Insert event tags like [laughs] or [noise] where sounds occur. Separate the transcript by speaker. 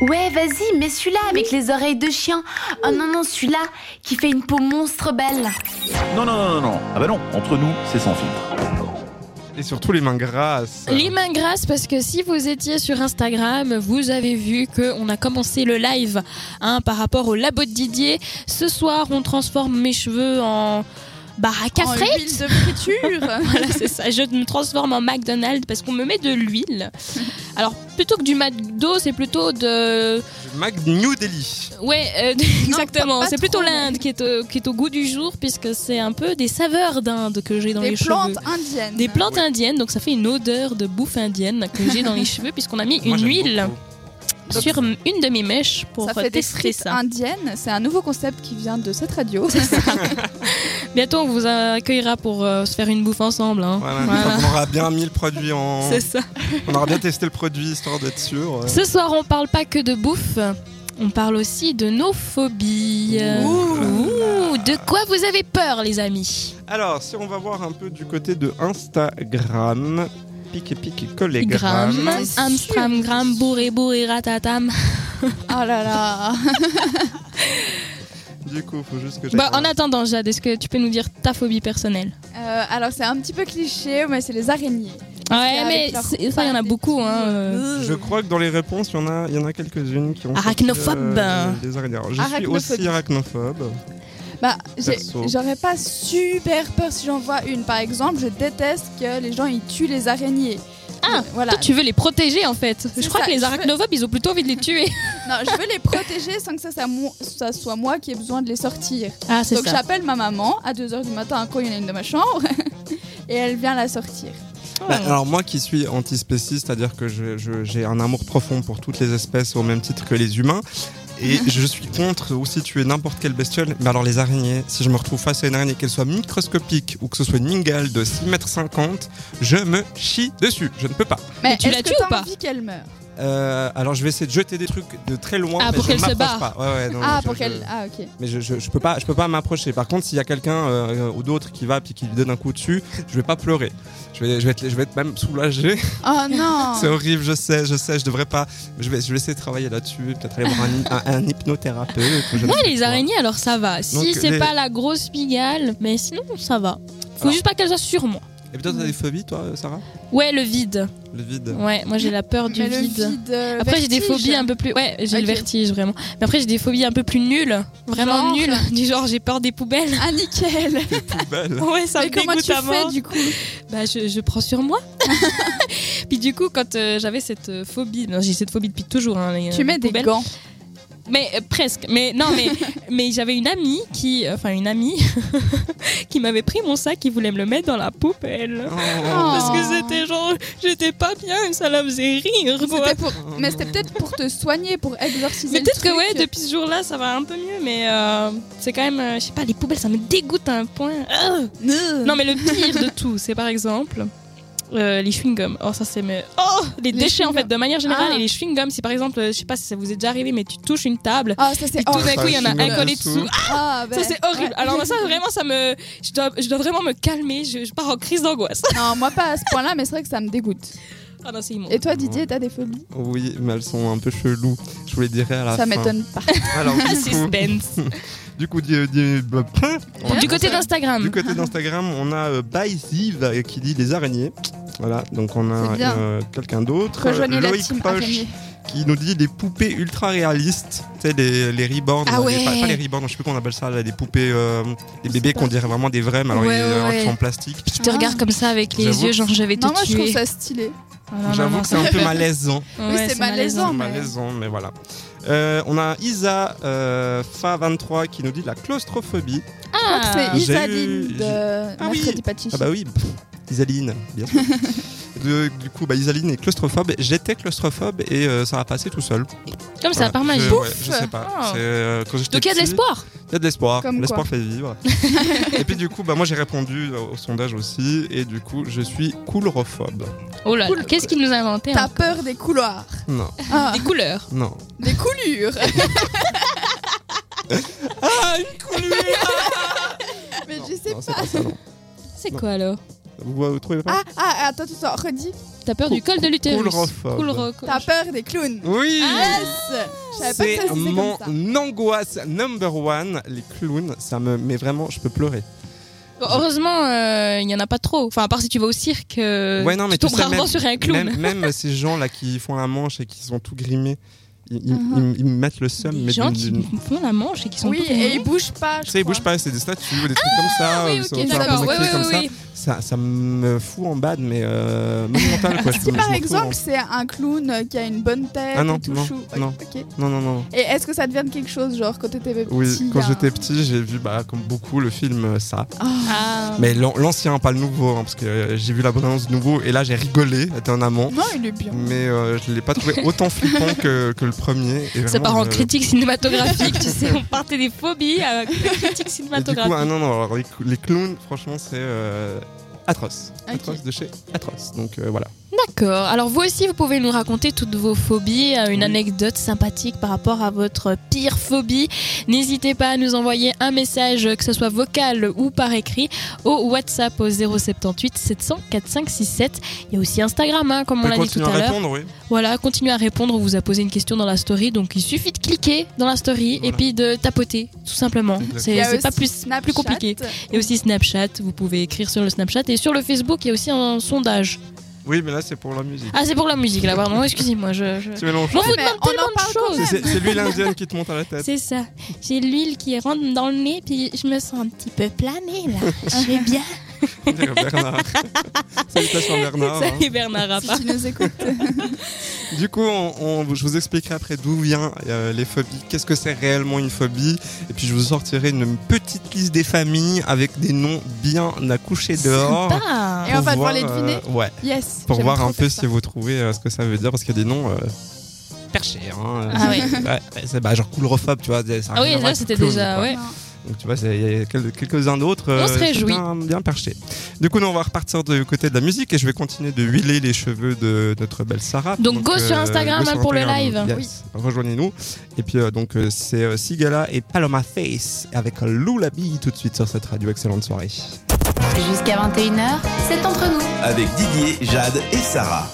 Speaker 1: Ouais, vas-y, mets celui-là avec les oreilles de chien. Oh non, non, celui-là qui fait une peau monstre belle.
Speaker 2: Non, non, non, non, non. Ah bah non, entre nous, c'est sans filtre.
Speaker 3: Et surtout les mains grasses.
Speaker 4: Les mains grasses parce que si vous étiez sur Instagram, vous avez vu que on a commencé le live hein, par rapport au labo de Didier. Ce soir, on transforme mes cheveux en baraque à
Speaker 5: En
Speaker 4: frites.
Speaker 5: huile de friture.
Speaker 4: [laughs] Voilà, c'est ça. Je me transforme en McDonald's parce qu'on me met de l'huile. Alors, plutôt que du McDo, c'est plutôt de.
Speaker 3: Mac New Delhi.
Speaker 4: Ouais, euh, [laughs] exactement.
Speaker 5: pas- pas
Speaker 4: C'est plutôt
Speaker 5: trop,
Speaker 4: l'Inde qui, est au- qui est au goût du jour puisque c'est un peu des saveurs d'Inde que j'ai dans
Speaker 5: Des
Speaker 4: les
Speaker 5: plantes
Speaker 4: cheveux.
Speaker 5: indiennes.
Speaker 4: Des plantes
Speaker 3: Oui.
Speaker 4: indiennes, donc ça fait une odeur de bouffe indienne que j'ai dans les [laughs] cheveux puisqu'on a mis
Speaker 3: Moi,
Speaker 4: une
Speaker 3: j'aime
Speaker 4: huile
Speaker 3: beaucoup.
Speaker 5: beaucoup.
Speaker 4: sur une de mes mèches pour euh,
Speaker 5: ça fait des
Speaker 4: tester
Speaker 5: frites hein.
Speaker 4: ça.
Speaker 5: indiennes. C'est un nouveau concept qui vient de cette radio.
Speaker 4: Bientôt, on vous accueillera pour euh, se faire une bouffe ensemble. hein.
Speaker 3: Voilà,
Speaker 4: Voilà.
Speaker 3: enfin, on aura bien mis le produit en.
Speaker 4: C'est ça.
Speaker 3: On aura bien testé le produit histoire d'être sûr.
Speaker 4: Ce soir, on parle pas que de bouffe, on parle aussi de nos phobies. Ouh, de quoi vous avez peur, les amis
Speaker 3: Alors, si on va voir un peu du côté de Instagram, pique et pique collégramme.
Speaker 4: Gram,
Speaker 5: sûr.
Speaker 4: Amstram, gram, bourré, bourré, ratatam.
Speaker 5: [laughs] Oh là là. [laughs]
Speaker 3: Du coup, faut juste que j'aille
Speaker 4: Bon, Bah, en
Speaker 3: voir.
Speaker 4: attendant, Jade, est-ce que tu peux nous dire ta phobie personnelle
Speaker 5: Euh, alors c'est un petit peu cliché, mais c'est les araignées.
Speaker 4: Ouais,
Speaker 5: avec
Speaker 4: mais
Speaker 5: leur
Speaker 4: c'est- ça, il y en a
Speaker 5: pattes et
Speaker 4: beaucoup.
Speaker 5: tout.
Speaker 4: Hein, euh.
Speaker 3: Je crois que dans les réponses, il y en a, il y en a quelques-unes qui ont. sorti, euh,
Speaker 4: Arachnophobe.
Speaker 3: des araignées. Alors, je suis
Speaker 5: Arachnophobe.
Speaker 3: aussi arachnophobe.
Speaker 5: Bah, j'ai-
Speaker 3: Perso.
Speaker 5: j'aurais pas super peur si j'en vois une. Par exemple, je déteste que les gens ils tuent les araignées. Euh,
Speaker 4: Ah,
Speaker 5: voilà.
Speaker 4: Toi, tu veux les protéger en fait. Je crois
Speaker 5: ça,
Speaker 4: que les
Speaker 5: je veux-
Speaker 4: arachnophobes, ils ont plutôt envie de les tuer.
Speaker 5: Non, je veux les protéger sans que ça, ça, mo- ça soit moi qui ai besoin de les sortir.
Speaker 4: Ah, c'est
Speaker 5: Donc
Speaker 4: ça.
Speaker 5: j'appelle ma maman à 2h du matin quand il y en a une de ma chambre [laughs] et elle vient la sortir.
Speaker 3: Bah,
Speaker 4: Ah.
Speaker 3: alors moi qui suis antispéciste, c'est-à-dire que je- je- j'ai un amour profond pour toutes les espèces au même titre que les humains. Et
Speaker 4: Ah.
Speaker 3: je suis contre aussi tuer n'importe quelle bestiole, mais alors les araignées, si je me retrouve face à une araignée, qu'elle soit microscopique ou que ce soit une mingale de 6m50, je me chie dessus, je ne peux pas.
Speaker 5: Mais
Speaker 4: tu
Speaker 5: est-ce
Speaker 4: la
Speaker 5: que
Speaker 4: tues
Speaker 5: t'as
Speaker 4: ou pas
Speaker 5: envie qu'elle meure
Speaker 3: Euh, alors je vais essayer de jeter des trucs de très loin,
Speaker 4: Ah,
Speaker 3: mais
Speaker 4: pour
Speaker 3: je
Speaker 4: qu'elle se
Speaker 3: m'approche
Speaker 4: barre.
Speaker 3: pas. Ouais, ouais, non,
Speaker 5: Ah,
Speaker 3: je-
Speaker 5: pour
Speaker 3: je-
Speaker 5: qu'elle. Ah, ok.
Speaker 3: mais je, je, je peux pas, je peux pas m'approcher. Par contre, s'il y a quelqu'un euh, ou d'autre qui va puis qui lui donne un coup dessus, je vais pas pleurer. Je vais, je vais, être, je vais être même soulagé.
Speaker 5: Oh [laughs] non
Speaker 3: C'est horrible, je sais, je sais, je devrais pas. Je vais, je vais essayer de travailler là-dessus, peut-être aller voir
Speaker 5: [laughs]
Speaker 3: un, un- un hypnothérapeute. je ne
Speaker 4: Ouais,
Speaker 3: sais
Speaker 4: les
Speaker 3: quoi.
Speaker 4: araignées, alors ça va. Si
Speaker 3: Donc,
Speaker 4: c'est
Speaker 3: les-
Speaker 4: pas la grosse pigale, mais sinon, ça va. Faut
Speaker 3: Alors-
Speaker 4: juste pas qu'elle soit sur moi.
Speaker 3: Et puis toi, t'as des phobies, toi, euh, Sarah
Speaker 4: Ouais, le vide.
Speaker 3: Le vide.
Speaker 4: Ouais, moi j'ai la peur du
Speaker 5: Mais le
Speaker 4: vide.
Speaker 5: vide, euh,
Speaker 4: Après j'ai des
Speaker 5: vertige.
Speaker 4: phobies un peu plus ouais, j'ai le
Speaker 5: Ok.
Speaker 4: vertige vraiment. Mais après j'ai des phobies un peu plus nulles, vraiment
Speaker 5: Genre [laughs]
Speaker 4: nulles, du genre j'ai peur des poubelles.
Speaker 5: Ah,
Speaker 4: [laughs]
Speaker 5: nickel [laughs]
Speaker 3: Poubelle.
Speaker 4: Ouais, ça
Speaker 5: Mais
Speaker 4: me
Speaker 5: comment
Speaker 4: dégoûte
Speaker 5: tu
Speaker 4: à mort.
Speaker 5: fais du coup
Speaker 4: Bah je, je prends sur
Speaker 5: [laughs]
Speaker 4: moi. Puis du coup quand euh, j'avais cette euh, phobie, non, j'ai cette phobie depuis toujours hein, les,
Speaker 5: Tu
Speaker 4: euh,
Speaker 5: mets des
Speaker 4: poubelles.
Speaker 5: gants.
Speaker 4: Mais euh, presque. Mais non,
Speaker 5: [laughs]
Speaker 4: mais, mais j'avais une amie qui, enfin une amie, [laughs] qui m'avait pris mon sac, qui voulait me le mettre dans la poubelle.
Speaker 3: Oh.
Speaker 4: Parce que c'était genre, j'étais pas bien et ça la faisait rire. Quoi.
Speaker 5: C'était pour- Mais c'était peut-être pour te soigner, pour exorciser.
Speaker 4: Mais
Speaker 5: le
Speaker 4: peut-être que
Speaker 5: truc.
Speaker 4: ouais, depuis ce jour-là, ça va un peu mieux. Mais euh, c'est quand même, euh, je sais pas, les poubelles, ça me dégoûte à un point. Ah
Speaker 5: Non,
Speaker 4: non, mais le pire de tout, c'est par exemple. euh, les chewing-gums. Oh, ça c'est. mes- Oh Les,
Speaker 5: Les
Speaker 4: déchets en fait,
Speaker 5: chewing-gums.
Speaker 4: de manière générale.
Speaker 5: Ah.
Speaker 4: Et les chewing-gums, si par exemple, euh, je sais pas si ça vous est déjà arrivé, mais tu touches une table,
Speaker 5: Ah, ça
Speaker 4: puis
Speaker 5: c'est
Speaker 4: tout d'un
Speaker 5: horrible.
Speaker 4: coup, il y en a
Speaker 3: chewing-gum
Speaker 4: un collé
Speaker 3: dessous.
Speaker 4: dessous.
Speaker 5: Ah,
Speaker 4: Ça
Speaker 5: ben,
Speaker 4: c'est horrible.
Speaker 5: ouais.
Speaker 4: Alors [laughs] moi, ça vraiment ça me je dois, je dois vraiment me calmer, je, je pars en crise d'angoisse. [laughs]
Speaker 5: Non, moi pas à ce point-là, mais c'est vrai que ça me dégoûte.
Speaker 4: Ah non, c'est immonde.
Speaker 5: Et toi, Didier, t'as des phobies
Speaker 3: Oui, mais elles sont un peu cheloues. Je vous les dirai à la fin.
Speaker 5: Ça m'étonne pas. [laughs]
Speaker 3: Alors,
Speaker 4: Ah,
Speaker 3: du coup,
Speaker 4: suspense.
Speaker 3: du coup, di- di- on
Speaker 4: du
Speaker 3: Du
Speaker 4: côté
Speaker 5: Hum.
Speaker 4: d'Instagram.
Speaker 3: côté d'Instagram, on a euh, by Ziv, euh, qui dit les araignées. Voilà, donc on a
Speaker 5: C'est bien.
Speaker 3: euh, quelqu'un d'autre.
Speaker 5: Rejoignez la
Speaker 3: Loïc
Speaker 5: team
Speaker 3: Poche
Speaker 5: araignée.
Speaker 3: qui nous dit les poupées ultra réalistes. Tu sais, les, les reborn.
Speaker 4: Ah
Speaker 3: les-
Speaker 4: ouais.
Speaker 3: pas, pas les reborn, je sais plus qu'on appelle ça, là, les poupées, euh, les bébés qu'on dirait vraiment des vrais, mais alors
Speaker 4: Ouais,
Speaker 3: ils, euh,
Speaker 4: ouais,
Speaker 3: qui
Speaker 4: ouais.
Speaker 3: sont en plastique.
Speaker 4: Qui te regarde comme ça avec les
Speaker 3: J'avoue
Speaker 4: yeux,
Speaker 3: que-
Speaker 4: genre je vais te
Speaker 5: Non, moi je trouve
Speaker 4: tuer.
Speaker 5: ça stylé.
Speaker 4: Ah, non, non,
Speaker 3: J'avoue
Speaker 4: non,
Speaker 3: que c'est un
Speaker 4: ça
Speaker 3: peu
Speaker 4: fait-
Speaker 3: malaisant.
Speaker 4: [laughs] Ouais,
Speaker 5: c'est
Speaker 3: C'est
Speaker 5: malaisant. Non, mais-
Speaker 3: malaisant, mais voilà. Euh, on a Isa euh, Fa23 qui nous dit la claustrophobie.
Speaker 5: Je crois
Speaker 4: Ah,
Speaker 5: que c'est
Speaker 3: j'ai
Speaker 5: Isaline
Speaker 3: eu-
Speaker 5: de
Speaker 3: Ah oui.
Speaker 5: Mercredi Pas de Chichi.
Speaker 3: Ah bah oui, pff, Isaline, bien
Speaker 4: [laughs]
Speaker 3: sûr. De- du coup, bah, Isaline est claustrophobe. J'étais claustrophobe et euh, ça a passé tout seul.
Speaker 4: comme ça
Speaker 3: Voilà.
Speaker 4: par
Speaker 3: Je,
Speaker 4: magie.
Speaker 3: ouais, je sais pas.
Speaker 4: Oh.
Speaker 3: C'est, euh, quand j'étais
Speaker 4: Donc il y a de
Speaker 3: petit,
Speaker 4: l'espoir.
Speaker 3: Il y a de l'espoir.
Speaker 5: Comme
Speaker 3: L'espoir fait vivre. et puis du coup, bah, moi j'ai répondu au au sondage aussi. Et du coup, je suis coulrophobe.
Speaker 4: Oh là là,
Speaker 5: Cool.
Speaker 4: qu'est-ce qu'il nous a inventé
Speaker 5: T'as
Speaker 4: hein
Speaker 5: peur des couloirs.
Speaker 3: Non,
Speaker 5: Ah,
Speaker 4: Des couleurs.
Speaker 3: non.
Speaker 4: [laughs]
Speaker 5: des coulures.
Speaker 3: Ah, une coulure
Speaker 5: Mais
Speaker 3: Non,
Speaker 5: je sais
Speaker 3: non,
Speaker 5: pas.
Speaker 3: c'est pas ça, non.
Speaker 4: C'est
Speaker 3: Non.
Speaker 4: quoi alors
Speaker 3: Vous, vous trouvez pas
Speaker 5: Ah, ah, attends, attends, attends, redis.
Speaker 4: T'as peur du col de l'utérus.
Speaker 3: coulrophobe.
Speaker 4: Coulro-
Speaker 5: T'as peur des clowns
Speaker 4: Ah.
Speaker 3: Oui
Speaker 5: Yes Ah, Je savais pas
Speaker 3: C'est
Speaker 5: que ça se disait comme
Speaker 3: mon
Speaker 5: ça.
Speaker 3: angoisse number one, les clowns, ça me mais vraiment je peux pleurer.
Speaker 4: Bon, Heureusement, euh, il n'y en a pas trop. Enfin, à part si tu vas au cirque, euh,
Speaker 3: Ouais, non, mais
Speaker 4: tu tombes
Speaker 3: tu sais,
Speaker 4: rarement
Speaker 3: même-
Speaker 4: sur un clown.
Speaker 3: Même, même ces gens là qui font la manche et qui sont tout grimés, ils, ils-
Speaker 5: Mhm.
Speaker 3: ils- ils me mettent le seum.
Speaker 4: Des
Speaker 3: mais
Speaker 4: gens
Speaker 3: d'une-
Speaker 4: qui
Speaker 3: d'une-
Speaker 4: font la manche et qui sont
Speaker 5: Oui,
Speaker 4: tout
Speaker 5: et ils bougent pas. je
Speaker 3: Tu sais, ils
Speaker 5: crois.
Speaker 3: bougent pas, c'est des statues ou des trucs comme ça.
Speaker 4: oui,
Speaker 3: ou
Speaker 4: ok,
Speaker 3: sur- sur la
Speaker 4: d'accord.
Speaker 3: bande
Speaker 4: Ouais,
Speaker 3: de clés
Speaker 4: ouais,
Speaker 3: comme
Speaker 4: ouais, ouais.
Speaker 3: Ça. ça, ça me fout en bad, mais euh, monumental
Speaker 4: [laughs]
Speaker 3: quoi. je
Speaker 5: Si
Speaker 3: me- je
Speaker 5: par
Speaker 3: me fous en-
Speaker 5: exemple c'est un clown euh, qui a une bonne tête
Speaker 3: Ah non,
Speaker 5: et tout
Speaker 3: non,
Speaker 5: chou.
Speaker 3: non.
Speaker 5: Ok.
Speaker 3: Non, non, non.
Speaker 5: Et est-ce que ça devient quelque chose genre quand t'étais petit
Speaker 3: Oui, quand
Speaker 5: hein
Speaker 3: j'étais petit, j'ai vu, bah, comme beaucoup, le film euh, Ça.
Speaker 4: Ah.
Speaker 3: Mais l'an- l'ancien, pas le nouveau, hein, parce que euh, j'ai vu la bande-annonce du nouveau et là j'ai rigolé éternamment.
Speaker 5: Non, il est bien.
Speaker 3: Mais euh, je l'ai pas trouvé autant flippant que, que le premier. et
Speaker 4: Ça
Speaker 3: vraiment,
Speaker 4: part en
Speaker 3: euh,
Speaker 4: critique cinématographique, tu
Speaker 3: [laughs]
Speaker 4: sais, on partait des phobies à la critique
Speaker 3: et du
Speaker 4: cinématographique.
Speaker 3: coup, ah non, non, alors, les, cl- les clowns, franchement, c'est euh, atroce.
Speaker 5: Ok.
Speaker 3: Atroce de chez atroce. Donc euh, voilà.
Speaker 4: D'accord. Alors vous aussi, vous pouvez nous raconter toutes vos phobies, euh, une
Speaker 3: Oui.
Speaker 4: anecdote sympathique par rapport à votre pire phobie. N'hésitez pas à nous envoyer un message, euh, que ce soit vocal ou par écrit, au WhatsApp au 078 700 4567. Il y a aussi Instagram, hein, comme on
Speaker 3: On
Speaker 4: l'a dit tout
Speaker 3: continue à
Speaker 4: à l'heure.
Speaker 3: répondre, oui.
Speaker 4: Voilà, continuez à répondre. On vous a posé une question dans la story, donc il suffit de cliquer dans la story et
Speaker 3: Voilà.
Speaker 4: puis de tapoter, tout simplement.
Speaker 3: Exactement.
Speaker 5: Il y
Speaker 4: C'est
Speaker 5: a
Speaker 4: c'est pas
Speaker 5: aussi
Speaker 4: plus,
Speaker 5: Snapchat.
Speaker 4: plus compliqué. Il y a aussi Snapchat, vous pouvez écrire sur le Snapchat. Et sur le Facebook, il y a aussi un sondage.
Speaker 3: Oui, mais là c'est pour la musique.
Speaker 4: Ah, c'est pour la musique là, pardon, excusez-moi. Je, je...
Speaker 3: Tu mélanges.
Speaker 4: [laughs] Je m'en
Speaker 5: Ouais,
Speaker 4: fous de
Speaker 5: mais
Speaker 4: tellement
Speaker 5: on en
Speaker 4: de
Speaker 5: parle quand
Speaker 4: choses.
Speaker 3: C'est- C'est c'est lui l'indienne qui te monte à la tête.
Speaker 4: C'est ça. J'ai l'huile qui rentre dans le nez, puis je me sens un petit peu planée
Speaker 3: [laughs]
Speaker 4: là. Je vais bien.
Speaker 3: On dirait
Speaker 5: [laughs]
Speaker 3: Bernard. Salutations Bernard. hein.
Speaker 4: Salut Bernard Rappa.
Speaker 5: Si tu nous écoutes.
Speaker 4: [laughs]
Speaker 3: Du coup, on- on- je vous expliquerai après d'où vient euh, les phobies, qu'est-ce que c'est réellement une phobie, et puis je vous sortirai une petite liste des familles avec des noms bien accouchés dehors. Ah,
Speaker 4: Sympa.
Speaker 5: Et on va
Speaker 3: voir,
Speaker 5: devoir les deviner
Speaker 3: euh, ouais,
Speaker 5: Yes.
Speaker 3: pour
Speaker 5: j'aime
Speaker 3: voir
Speaker 5: trop
Speaker 3: un peu
Speaker 5: faire
Speaker 3: si
Speaker 5: ça.
Speaker 3: vous trouvez euh, ce que ça veut dire, parce qu'il y a des noms euh, perchés. Hein,
Speaker 4: Ah ouais.
Speaker 3: Ouais, c'est bah, genre coulrophobe, tu vois. c'est- ça a
Speaker 4: Ah oui,
Speaker 3: rien à voir
Speaker 4: là
Speaker 3: avec
Speaker 4: c'était
Speaker 3: clown,
Speaker 4: déjà.
Speaker 3: quoi.
Speaker 4: Ouais.
Speaker 3: Donc, tu vois, c'est- il y a quel- quelques-uns d'autres. euh,
Speaker 4: se réjouit.
Speaker 3: Bien, bien perchés. Du coup, nous, on va repartir du côté de la musique et je vais continuer de huiler les cheveux de notre belle Sarah. euh,
Speaker 4: Donc, go sur Instagram, hein, pour le live.
Speaker 3: Yes, Rejoignez-nous. Et puis, euh, donc, euh, c'est euh, Sigala et Paloma Face avec Lullaby tout de suite sur cette radio. Excellente soirée.
Speaker 1: Jusqu'à 21h, c'est entre nous.
Speaker 2: Avec Didier, Jade et Sarah.